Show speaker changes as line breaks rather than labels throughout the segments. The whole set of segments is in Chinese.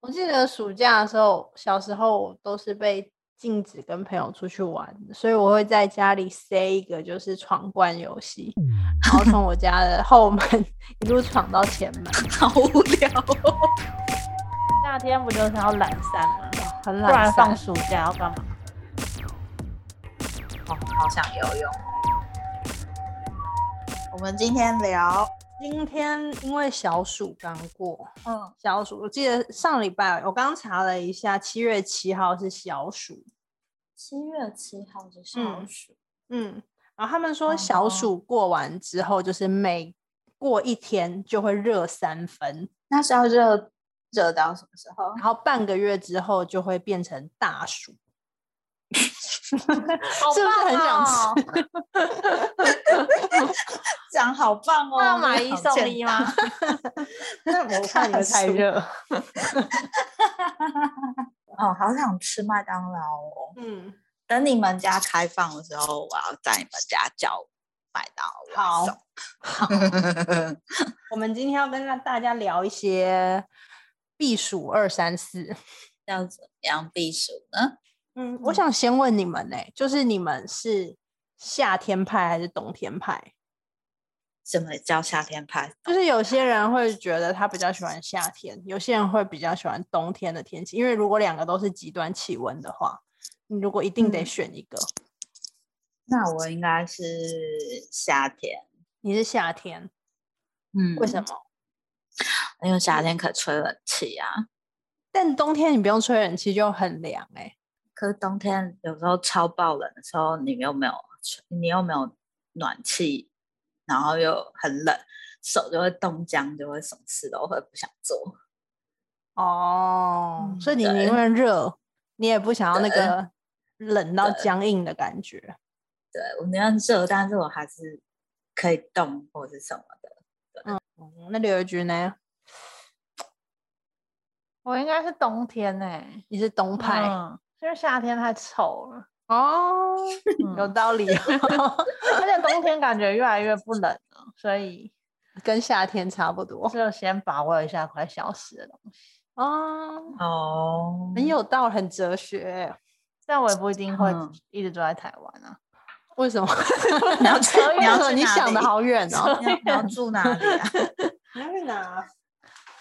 我记得暑假的时候，小时候我都是被禁止跟朋友出去玩的，所以我会在家里塞一个就是闯关游戏，然后从我家的后门一路闯到前门。
好无聊、哦。
夏天不就是要懒散吗？
很
不
懒
然
散
放暑假要干嘛？
哦，好想游泳。我们今天聊，
今天因为小暑刚过，
嗯，
小暑我记得上礼拜我刚查了一下，七月七号是小暑，
七月七号的
嗯
暑，
嗯，然后他们说
哦
小暑过完之后，就是每过一天就会热三分，
那是要热热到什么时候？
然后半个月之后就会变成大暑， 是不是很想
好
吃？
棒 哦？讲好棒哦！
那要买一
好哦
送
简
一
单
吗？？
那我怕你们太
大暑
热。
哦，好想吃麦当劳哦！
嗯，
等你们家开放的时候，我要在你们家叫麦当劳
好
外 送。
我们今天要跟大家聊一些避暑二三四。
要怎么样避暑呢？
嗯，我想先问你们呢、欸就是你们是夏天派还是冬天派？
什么叫夏天派？
就是有些人会觉得他比较喜欢夏天，有些人会比较喜欢冬天的天气，因为如果两个都是极端气温的话，你如果一定得
嗯
选一个，
那我应该是夏天。
你是夏天，
嗯
为什么？
么？因为夏天可吹冷气啊，
但冬天你不用吹冷气就很凉哎、
可是冬天有时候超爆冷的时候，你又没有吹，你又没有暖气，然后又很冷，手就会冻僵，就会什么事都会不想做。
哦，所以你
嗯对
宁愿热，你也不想要那
对
个冷到
对
僵硬的感觉。
对我宁愿热，但是我还是可以动或是什么的。
嗯那刘一菊呢？
我应该是冬天
啊
呢、
你是冬派、
嗯，因为夏天太臭了，
哦，有
嗯、
道理哦、
而且冬天感觉越来越不冷了，所以
跟夏天差不 多
就先把握一下快消失的东西。
哦，
哦，
很有道，很哲学。
但我也不一定会
嗯
一直住在台湾啊。
为 什么？
你 要去
为
你要
什么
去
你
哪
想的
里
好远哦？
你要你要住哪里 啊？
你要去哪？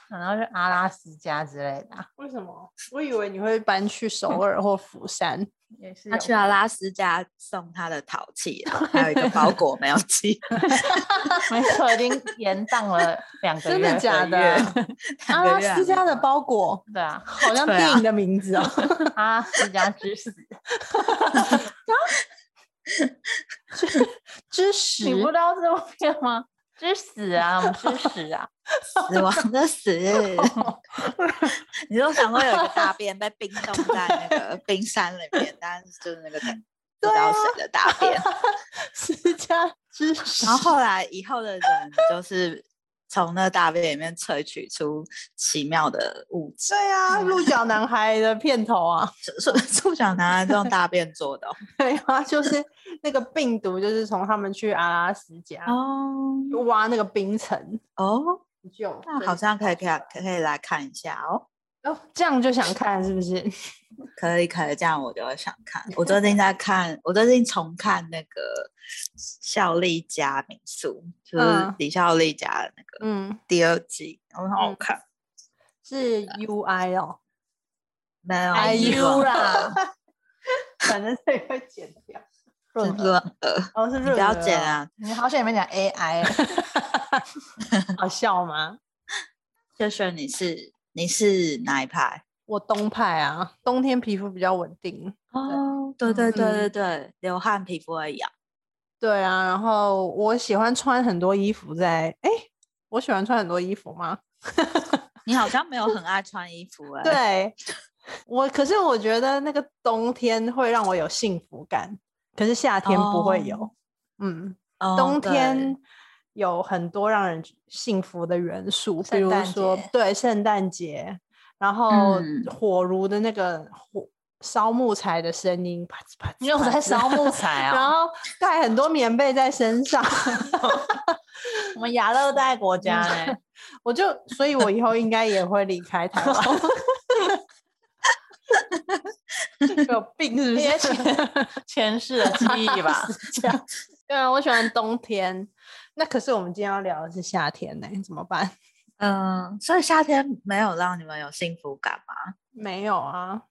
然后就阿拉斯加之类的啊、
为什么？我以为你会搬去首尔或釜山。
也是
他
有
去阿拉斯加送他的陶器，然后还有一个包裹没有寄，
没错，已经延宕了两 个月。
真的假的
两
啊？
两
阿
个
拉
月还
斯
没
加的
到
包裹
个月对啊，
好像
对啊
电影的名 字哦。
阿拉斯加之死，
知识
你不知道这部片吗？之死啊，我们之死啊，
死亡的 死。你就想说有一个大便 被冰冻在那个冰山里面，但是就是那个不知道谁的大便。
私家知识
然后后来以后的人就是从那大便里面萃取出奇妙的物质，
对啊，
嗯
鹿角男孩的片头 啊，
是 是想拿来这种大便做的哦。
对啊，就是那个病毒，就是从他们去阿拉斯加
哦
挖那个冰层
哦，
就
那好像可以可以可以来看一下哦。
哦，这样就想看是不是？
可以可以，这样我就会想看。我 最近在看，我最近重看那个孝利家民宿，就是
嗯
李孝利家的那个
嗯，
第二季，很好
嗯
看。
是 U I 哦
没有
哎
是
呦
润
啦，
反正这里会剪掉。
是
润儿
润 儿，
哦，是
你
润
不要
儿
剪
哦，
啊！
你好险没讲 AI 欸。
好笑吗？
就轩，你是你是哪一派？
我冬派啊，冬天皮肤比较稳定。
哦，对对对对
嗯
对，流汗皮肤会痒。
对啊，然后我喜欢穿很多衣服在，哎，我喜欢穿很多衣服吗？
你好像没有很爱穿衣服哎、，
对，我可是我觉得那个冬天会让我有幸福感，可是夏天不会有。
哦
嗯，
哦
冬
对
天有很多让人幸福的元素，比
圣
如
诞
说
节
对圣诞节，然后
嗯
火炉的那个火烧木材的声音，啪呲啪呲，
你有在烧木材
然
啊？
后盖 很多棉被在身上，
我们亚热带国家呢？
我就所以，我以后应该也会离开台湾。 有病是 不
一些
是？
前前世的记 忆吧。
对啊，我喜欢冬天。那可是我们今天要聊的是夏天呢、怎么办？
嗯，所以夏天没有让你们有幸福感吗？
没有啊，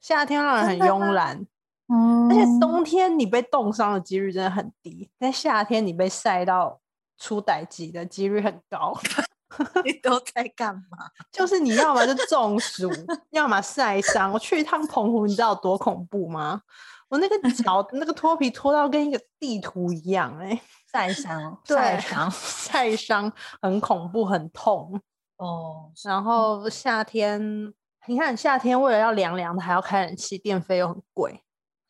夏天让人很
真的吗
慵懒，
嗯
而且冬天你被冻伤的几率真的很低，但夏天你被晒到出歹疾的几率很高。
你都在干嘛？
就是你要么就中暑， 要么晒伤。我去一趟澎湖，你知道有多恐怖吗？我那个脚那个脱皮脱到跟一个地图一样、欸，哎，
晒伤，
对啊
晒伤，
晒伤很恐怖，很痛。
哦，
然后夏天，你看夏天为了要凉凉的，还要开冷气，电费又很贵。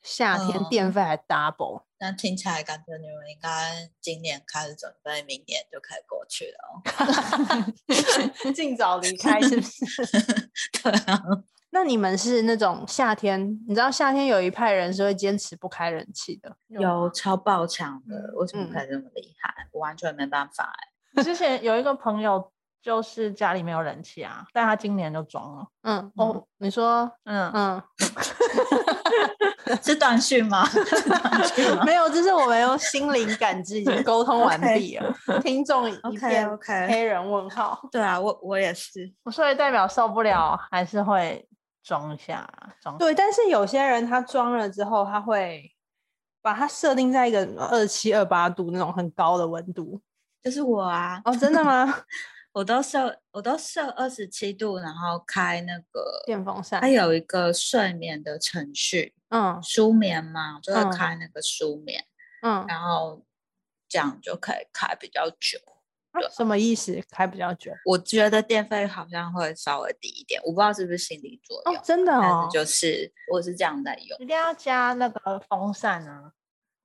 夏天
嗯
电费还 double，、
那听起来感觉你们应该今年开始准备，明年就可以过去了哦。
尽早离开是不是？
对啊，
那你们是那种夏天，你知道夏天有一派人是会坚持不开冷气的，
有超爆强的，为什么
啊嗯
可以这么厉害？我完全没办法哎、
之前有一个朋友就是家里没有人气啊，但他今年就装了。
嗯哦，你说
嗯，
嗯。
欸是断续吗？ 是断续 吗
没有，这是我们用心灵感知已经沟通完毕 了。听众一片
OK，
黑人问号，
对啊，我我也是，
嗯
所以代表受不了，还是会装一下啊，装
对，但是有些人他装了之后，他会把它设定在一个二七二八度那种很高的温度。
就是我啊，
哦，真的吗？
我都设我都设二十七度，然后开那个，
电风扇
它，有一个睡眠的程序，
嗯
舒眠嘛，就
嗯
会开那个舒眠，
嗯，
然后这样就可以开比较久。
啊什么意思？开比较久
我觉得电费好像会稍微低一点，我不知道是不是心理作
哦
用，，
真的
但
哦
是，就是我是这样在用。
一定要加那个风扇啊。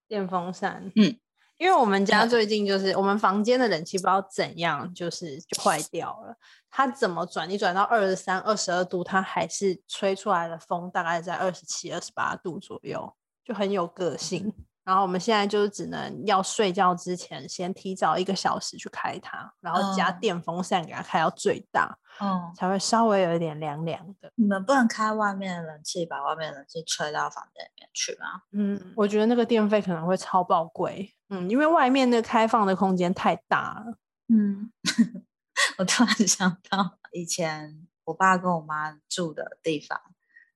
电风扇，
嗯。
因为我们家
嗯
最近就是我们房间的冷气不知道怎样，就是就坏掉了。它怎么转，你转到二十三、二十二度，它还是吹出来的风大概在二十七、二十八度左右，就很有个性。然后我们现在就是只能要睡觉之前，先提早一个小时去开它，然后加
嗯
电风扇给它开到最大，
嗯，
才会稍微有一点凉凉的。
你们不能开外面的冷气，把外面的冷气吹到房间里面去吗？
嗯，我觉得那个电费可能会超爆贵。嗯，因为外面那个开放的空间太大了。
嗯， 我突然想到以前我爸跟我妈住的地方。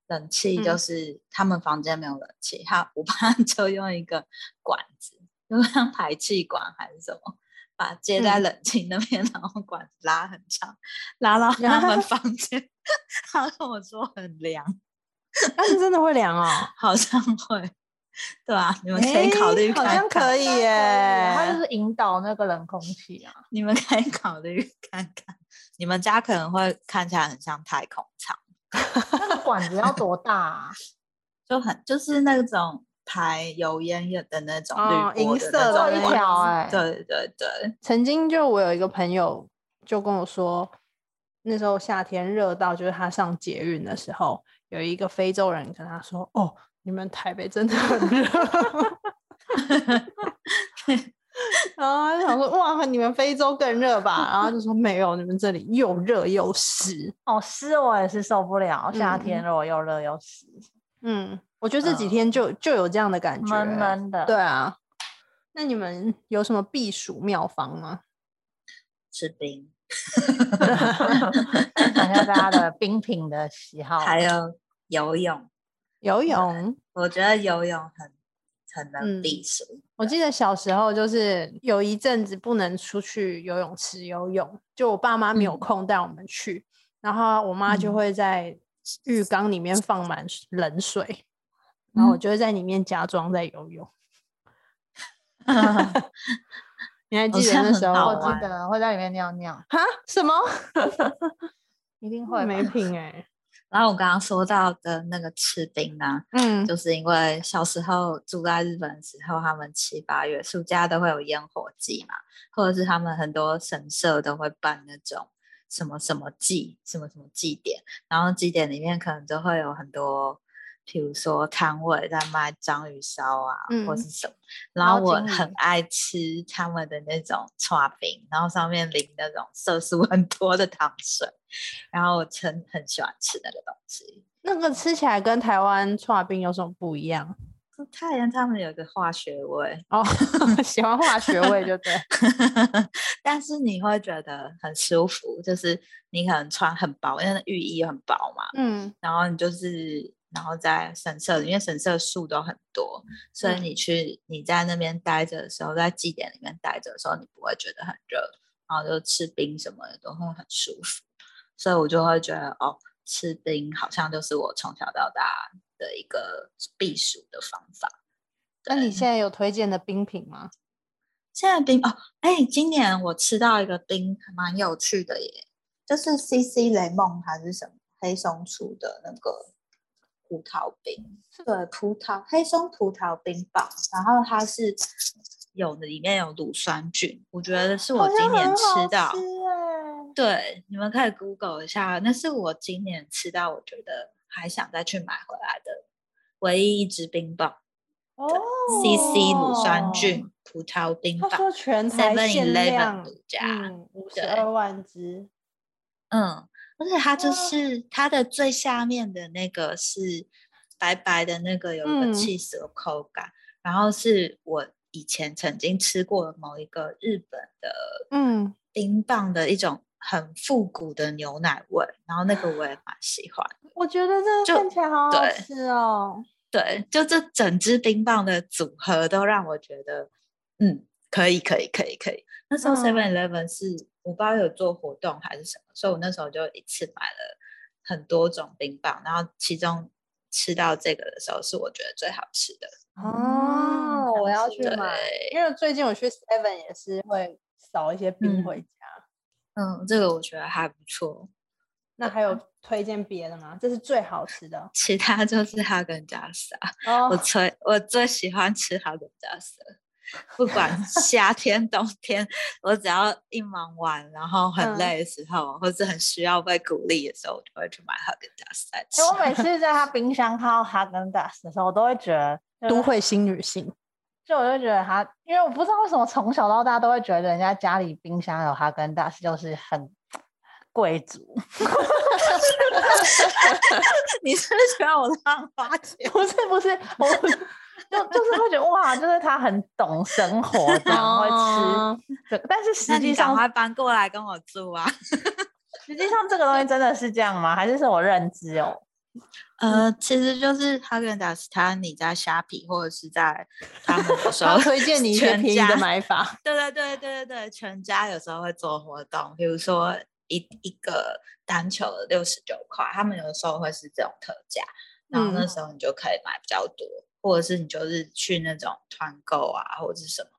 冷气就
嗯
是他们房间没有冷气，他我爸 就用一个管子，就像排气管还是什么，把接在
嗯
冷气那边，然后管子拉很长，拉到他 们房间。他跟我说很凉，
但是真的会凉哦。
好像会，对啊，你们可以考
诶
虑
好
看
像
看
可以耶。
它就是引导那个冷空气啊。
你们可以考虑看看，你们家可能会看起来很像太空舱，
那个管子要多大 啊？
就很就是那种排油烟的那种
哦
绿
银
波
色
的那
的
种
做
那
一
种
管
条
子
哎，
对对对，
曾经就我有一个朋友就跟我说，那时候夏天热到，就是他上捷运的时候，有一个非洲人跟他说：“哦，你们台北真的很 热。”然后他就想说：“哇，你们非洲更热吧？” 然后就说：“没有，你们这里又热又湿。
哦，湿我也是受不了，夏
嗯
天如果又热又湿，”
嗯，我觉得这几
嗯
天就就有这样的感觉，
闷闷的。
对，啊，那你们有什么避暑妙方吗？
吃冰，
讲一下大家的冰品的喜好。
还有游泳，
游泳，
我觉得游泳很很能
嗯
避暑，
我记得小时候就是有一阵子不能出去游泳池游泳，就我爸妈没有
嗯
空带我们去，然后我妈就
嗯
会在浴缸里面放满水冷水，然后我
嗯
就会在里面假装在游泳。你还
好
记得
像
那
很
时候
好
我
吗
玩
记得会在里面尿尿，
哈啊什么？
一定会吧
没品哎、
然后我刚刚说到的那个吃冰啊，
嗯，
就是因为小时候住在日本的时候，他们七八月暑假都会有烟火季嘛，或者是他们很多神社都会办那种什么什么祭、什么什么祭典，然后祭典里面可能就会有很多比如说摊位在卖章鱼烧啊，或
嗯
是什么，
然
然后
后
我
金鱼
很爱吃他们的那种串饼，然后上面淋那种色素很多的糖水，然后我很很喜欢吃那个东西。
那个吃起来跟台湾串冰有什么不一样？
太阳他们有一个化学味，
哦， 喜欢化学味就对。
但是你会觉得很舒服，就是你可能穿很薄，因为那浴衣很薄嘛，
嗯，
然后你就是，然后在神社里，因为神社树都很多，所以
嗯
你去你在那边待着的时候，在祭典里面待着的时候，你不会觉得很热，然后就吃冰什么的都会很舒服，所以我就会觉得哦，吃冰好像就是我从小到大的一个避暑的方法。
那你现在有推荐的冰品吗？
现在冰哦，哎、今年我吃到一个冰还蛮有趣的耶，就是 C C 雷梦还是什么黑松出的那个葡萄冰，对，葡萄黑松葡萄冰棒，然后它是有的里面有乳酸菌，我觉得是我
好像
今年
很好
吃到，
哎
对，你们可以 Google 一下，那是我今年吃到我觉得还想再去买回来的唯一一支冰棒、
哦
c C 乳酸菌葡萄冰
他
棒。
说全台
Seven
限
Eleven
量，
独家，
嗯，五十
对
二万只，
嗯，而且它就
哇
是它的最下面的那个是白白的那个有一
嗯
个气死的口感，然后是我以前曾经吃过某一个日本的
嗯，
冰棒的一种很复古的牛奶味，然后那个我也蛮喜欢。
我觉得这
就
个看起来好好
对
吃哦。
对，就这整支冰棒的组合都让我觉得，嗯，可以，可以，可以，可以。那时候
嗯
Seven Eleven 是我不知道有做活动还是什么，所以我那时候就一次买了很多种冰棒，然后其中吃到这个的时候是我觉得最好吃的。
哦，我要去买，
嗯对
因为最近我去 Seven 也是会扫一些冰
嗯
回家。
嗯，这个我觉得还不错。
那还有推荐别的吗？这是最好吃的
其他就是哈根达斯啊，我
哦。
最我最喜欢吃哈根达斯了，不管夏天冬天，我只要一忙完，然后
嗯
很累的时候，或是很需要被鼓励的时候，我就会去买哈根达斯来吃
哎、。我每次在他冰箱看到哈根达斯的时候，我都会觉得
都，会新女 性，
就我就觉得他，因为我不知道为什么从小到大都会觉得人家家里冰箱有哈根达斯就是很贵族，
你是不是觉得我浪花钱？
不是不是，我就就是会觉得哇，就是他很懂生活，这样会吃
哦
这个，但是
那
实际
你赶
上
快搬过来跟我住啊！
实际上这个东西真的是这样吗？还是是我认知哦？
呃，其实就是哈根达斯，它你在虾皮或者是在他们有时
他
候
推荐你一些
全
便宜的
家
买法，
对对对对对对，全家有时候会做活动，比如说一一个单球六十九块，他们有时候会是这种特价，然后那
嗯
时候你就可以买比较多，或者是你就是去那种团购啊，或者是什么，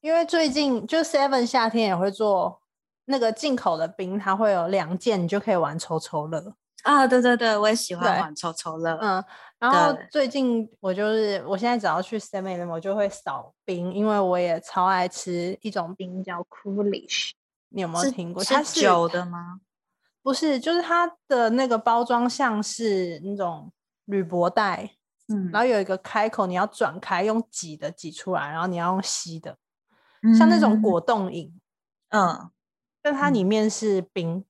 因为最近就 Seven 夏天也会做那个进口的冰，它会有两件，你就可以玩抽抽乐。
啊，对对对，我也喜
对
欢玩抽抽乐，
嗯，然后
对
最近我就是我现在只要去 Seven Eleven 我就会扫冰，因为我也超爱吃一种冰叫 Coolish，你有没有
是
听过？它
是
是
酒的吗？
不是，就是它的那个包装像是那种铝箔袋，
嗯
然后有一个开口，你要转开，用挤的挤出来，然后你要用吸的，像那种
嗯，
果冻饮，
嗯，
但它
嗯
里面是冰，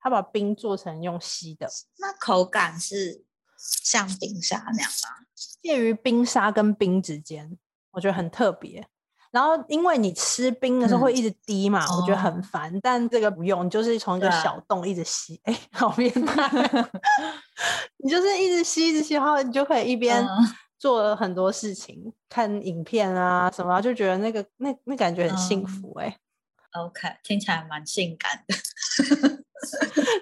它把冰做成用吸的，
那口感是像冰沙那样吗？
介于冰沙跟冰之间，我觉得很特别。然后因为你吃冰的时候会
嗯
一直滴嘛，我觉得很
哦
烦。但这个不用，你就是从一个
对啊
小洞一直吸，哎、好变 态！你就是一直吸，一直吸，然后你就可以一边
嗯
做了很多事情，看影片啊什么，然后就觉得那个那那感觉很幸
嗯
福哎、
OK，听起来蛮性感的，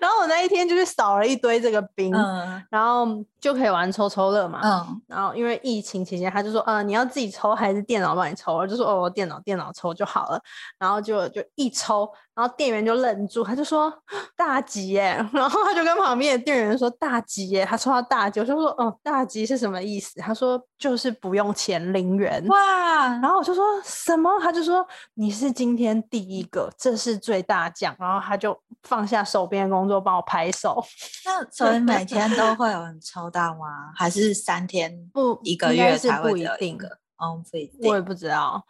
然后我那一天就是扫了一堆这个冰，
嗯
然后就可以玩抽抽乐嘛。
嗯。
然后因为疫情期间，他就说，呃，你要自己抽还是电脑帮你抽？我就说，哦，我电脑电脑抽就好了。然后就就一抽，然后店员就愣住，他就说大吉耶， 然后他就跟旁边的店员说大吉耶，他抽到大吉，我就说哦大吉是什么意思？他说就是不用钱零元。
哇，
然后我就说什么？他就说你是今天第一个，这是最大奖。然后他就放下手边的工作，帮我拍手。
那所以每天都会有人抽到吗？还是 三天
不
一个
应该
月
是
才会
不
只
一
有
定
个？嗯，不一定
我也不知道。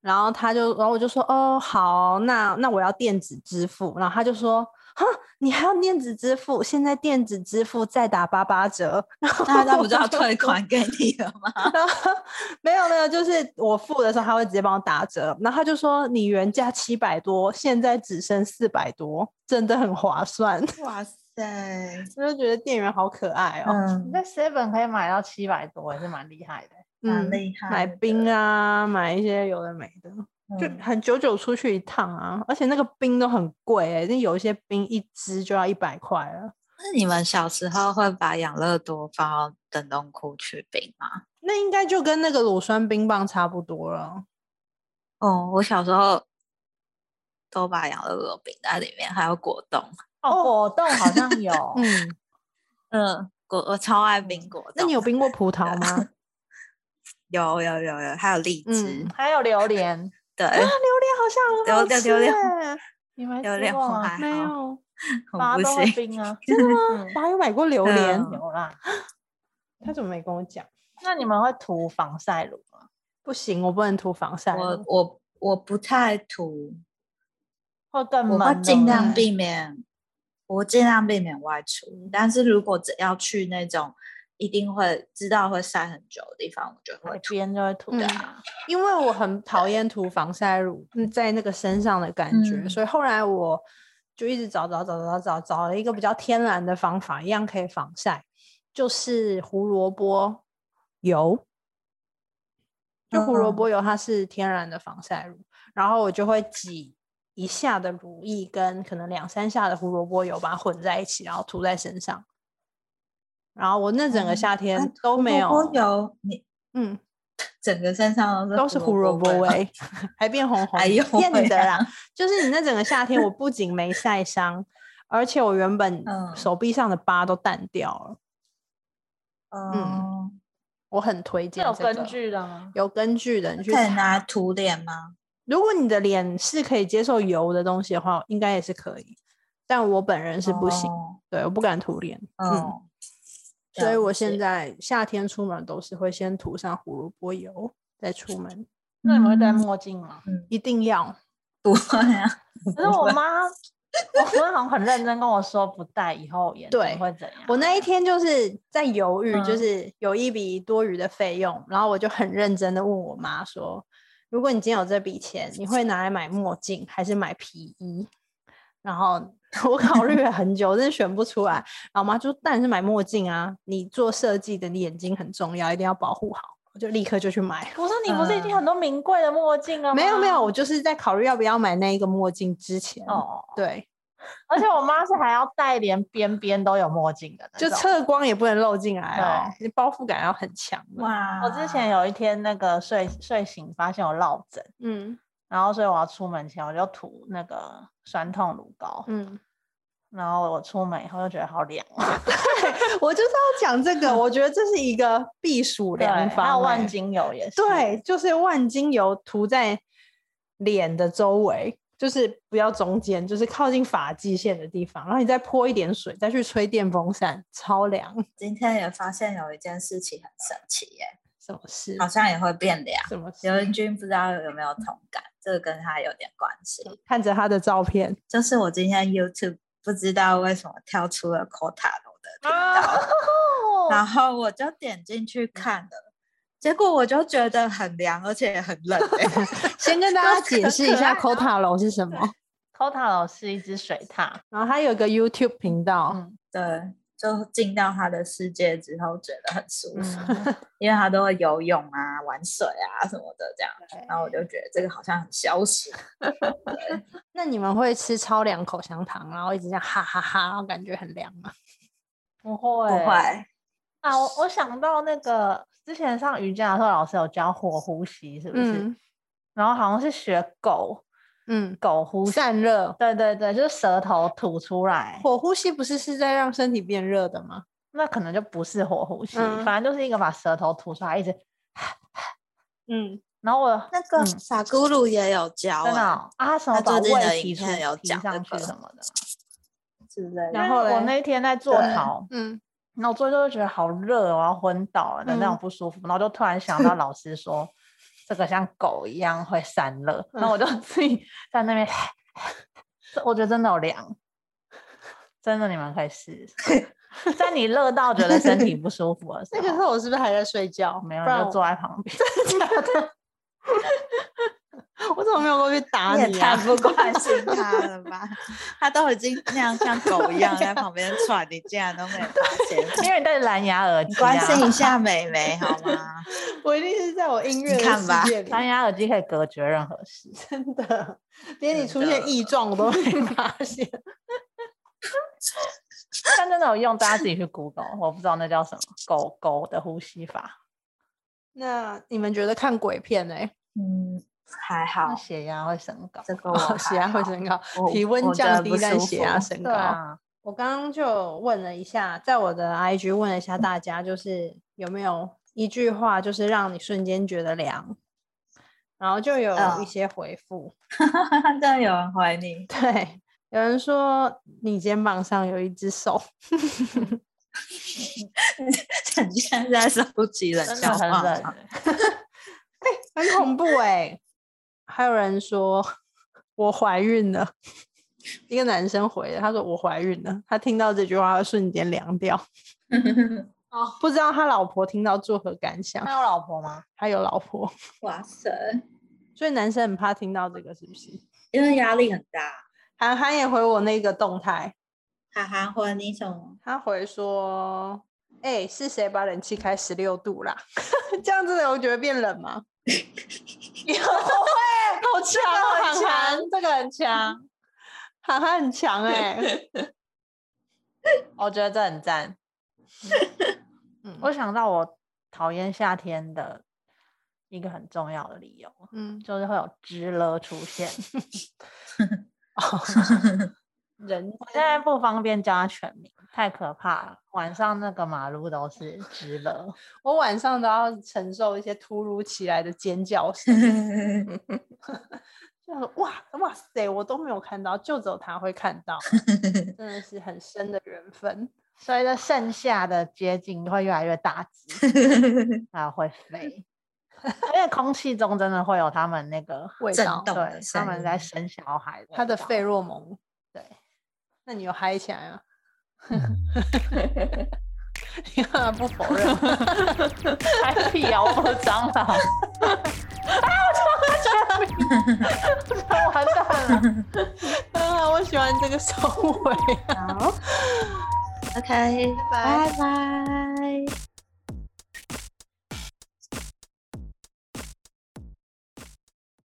然后他就，然后我就说，哦，好，那那我要电子支付。然后他就说，哈，你还要电子支付？现在电子支付再打八八折。
那他不就 要
我就
退
说
款给你了吗？
然后没有没有，就是我付的时候他会直接帮我打折，然后他就说你原价七百多，现在只剩四百多，真的很划算。
哇 塞，
我就觉得店员好可爱哦，
嗯，
你在 Seven 可以买到七百多，也是蛮厉害的。
蛮
嗯
厉害的，
买冰啊，买一些有的没的，就
嗯
很久久出去一趟啊，而且那个冰都很贵哎、那有一些冰一支就要一百块了。
那你们小时候会把养乐多放到冷冻库去冰吗？
那应该就跟那个乳酸冰棒差不多了，
哦，我小时候都把养乐多冰在里面，还有果冻。
哦，果冻好像有，
哦
嗯，
嗯，果我超爱冰果冻。
那你有冰过葡萄 吗？
有有有有，还有荔枝
嗯，
还有榴莲，啊
对，
榴莲好像很好
榴莲
吃
榴莲
欸
你们
有
吃
点
过
红
吗？
海
没有，
我
大
不
家都会
行。
冰啊，
真的吗
嗯？
我还有买过榴莲，
嗯
有啦。
他怎么没跟我讲？
那你们会涂防晒乳吗？
不行，我不能涂防晒
我
乳。
我我不太涂，
会更
我
闷，
会
对
尽
不
量
对
避免，我尽量避免外出。但是如果只要去那种一定会知道会晒很久的地方，我就会
海
涂。
边就会涂
嗯
啊。
因为我很讨厌涂防晒乳嗯在那个身上的感觉，
嗯
所以后来我就一直找找找找找找了一个比较天然的方法，一样可以防晒，就是胡萝卜油。就胡萝
嗯
卜油，它是天然的防晒乳，然后我就会挤一下的乳液跟可能两三下的胡萝卜油，把它混在一起，然后涂在身上。然后我那整个
嗯
夏天
啊
都没有，
胡萝卜油，你
嗯，
整个身上都是
都是胡萝卜
味吗。
味， 还变红红，
啊哎呦
骗
喂
你的啦
啊！
就是你那整个夏天，我不仅没晒伤，而且我原本
嗯
手臂上的疤都淡掉了。
嗯，
我很推荐、
这有
这个
根，据的吗？
有根据的，你去
可以
查。
拿来涂脸吗？
如果你的脸是可以接受油的东西的话，应该也是可以。但我本人是不行，
哦。
对，我不敢涂脸，嗯，
嗯，
所以
了
我现
解
在夏天出门都是会先涂上胡萝卜油再出门，
那你们会戴
嗯
墨镜吗？
一定要。
不会啊，
可是
不
我
会
妈，我妈好像很认真跟我说，不戴以后眼睛
对
会怎样。
我那一天就是在犹豫，就
嗯
是有一笔多余的费用，然后我就很认真的问我妈说：“如果你今天有这笔钱，你会拿来买墨镜还是买皮衣？”然后 我考虑了很久，真的选不出来。然后我妈就说：“当然是买墨镜啊，你做设计的，你眼睛很重要，一定要保护好。”我就立刻就去买了。
我说你不是已经
嗯
很多名贵的墨镜了吗？
没有没有，我就是在考虑要不要买那一个墨镜之前，
哦，
对，
而且我妈是还要戴连边边都有墨镜的那
就
种
测光也不能漏进来哦，你包覆感要很强的。
哇！
我之前有一天那个睡睡醒发现我落枕，
嗯
然后所以我要出门前我就涂那个酸痛乳膏，
嗯。
然后我出门以后就觉得好凉哦，
我就是要讲这个，我觉得这是一个避暑
对
良方、
还有万
欸，
金油也是，
对，就是万金油涂在脸的周围，就是不要中间，就是靠近发际线的地方，然后你再泼一点水，再去吹电风扇，超凉。
今天也发现有一件事情很神奇耶，
什么事？
好像也会变凉。
什么事？
刘仁君不知道有没有同感，这个跟他有点关系。
看着他的照片，
就是我今天 YouTube 不知道为什么跳出了 Kota 罗的频
啊，
道，然后我就点进去看了，结果我就觉得很凉，而且也很冷欸耶。
先跟大家
可
解 释一下
可爱
Kota 楼是什么。
Kota 是一只水獭，
然后他有个 YouTube 频道，
嗯，
对，就进到他的世界之后，觉得很舒服，
嗯
因为他都会游泳啊、玩水啊什么的这样。然后我就觉得这个好像很消暑。
那你们会吃超凉口香糖，然后一直这样哈哈哈，然后感觉很凉吗？
不会
不会，
啊，我我想到那个之前上瑜伽的时候，老师有教火呼吸，是不是？然后好像是学狗，
嗯，
狗呼吸，
散热。
对对对，就是舌头吐出来，
火呼吸不是是在让身体变热的吗？
那可能就不是火呼吸，
嗯
反正就是一个把舌头吐出来，一直。
嗯，
然后我
那个
嗯
傻咕噜也有教、
真的
欸
哦、啊，他什么
他
把
最近的
胃提
影
出
片有
提
讲
上
这
去
个
什么的。
之类的。
然
因
后
为我
嘞
那一天在做
对
陶，
嗯，
然后我最后就觉得好热，哦我要昏倒了的那种
嗯
不舒服，然后就突然想 到老师说这个像狗一样会散热，那、我就
嗯
自己在那边，这我觉得真的有凉，真的你们可以试 试，在你热到觉得身体不舒服的时
那
候，
个时候我是不是还在睡觉？
没有
不然
人就
我
坐在旁边，
我怎么没有过去打
你也
你
太
啊？
不关心他了吧？他都已经那样像狗一样在旁边喘，你竟然都没有发现？
因为你戴着蓝牙耳 机、啊，
关心一下美眉好吗？
我一定是在我音乐
你
的
看吧
世界里，
蓝牙耳机可以隔绝任何事。
真的，连你
真
出现
的
异状我都没发现。
但真的有用，大家自己去 Google，我不知道那叫什么狗狗的呼吸法，
那你们觉得看鬼片欸呢、
嗯，还
那
好，
血压会升高。
这个我
哦，血
还
压会
好
升高，
我
体温
我觉
降
得
低
不，
但
舒
血 压
服
升高。
对啊，
我刚刚就问了一下，在我的 IG 问了一下大家，就是有没有一句话，就是让你瞬间觉得凉，然后就有一
嗯
些回复。
真的有人怀你，
对，有人说你肩膀上有一只手，
你现在在收集冷
真的
笑
很
话
冷
吗，
欸。
很恐怖哎、还有人说我怀孕了，一个男生回了，他说我怀孕了，他听到这句话瞬间凉掉。哦，不知道他老婆听到作何感想？
他有老婆吗？
他有老婆，
哇塞，
所以男生很怕听到这个，是不是？
因为压力很大。
韩寒也回我那个动态，
哈哈，回你什么？
他回说：“哎、是谁把冷气开十六度啦？ 这样子我觉得变冷吗？” 有哎、哦好强，
这个很
韩寒
强，
这个很强，韩寒很强哎、
我觉得这很赞。
嗯
我想到我讨厌夏天的一个很重要的理由，
嗯，
就是会有知了出现。
人
我现在不方便叫它全名，太可怕了。晚上那个马路都是知了，
我晚上都要承受一些突如其来的尖叫声， 就是哇哇塞，我都没有看到，就只有他会看 到，真的是很深的缘分。
所以这剩下的接近会越来越大只。 它会飞，而且空气中真的会有他们那个
味
震
道，
动的
对他
声
们在
音
生小孩
他的
味道
费洛蒙。
对，
那你有嗨起来吗？
嗯
你干嘛不否认？
还辟谣不蟑螂。 哎啊！ 我中了完蛋了！
啊，我喜欢这个收尾。
好，OK，
拜
拜拜。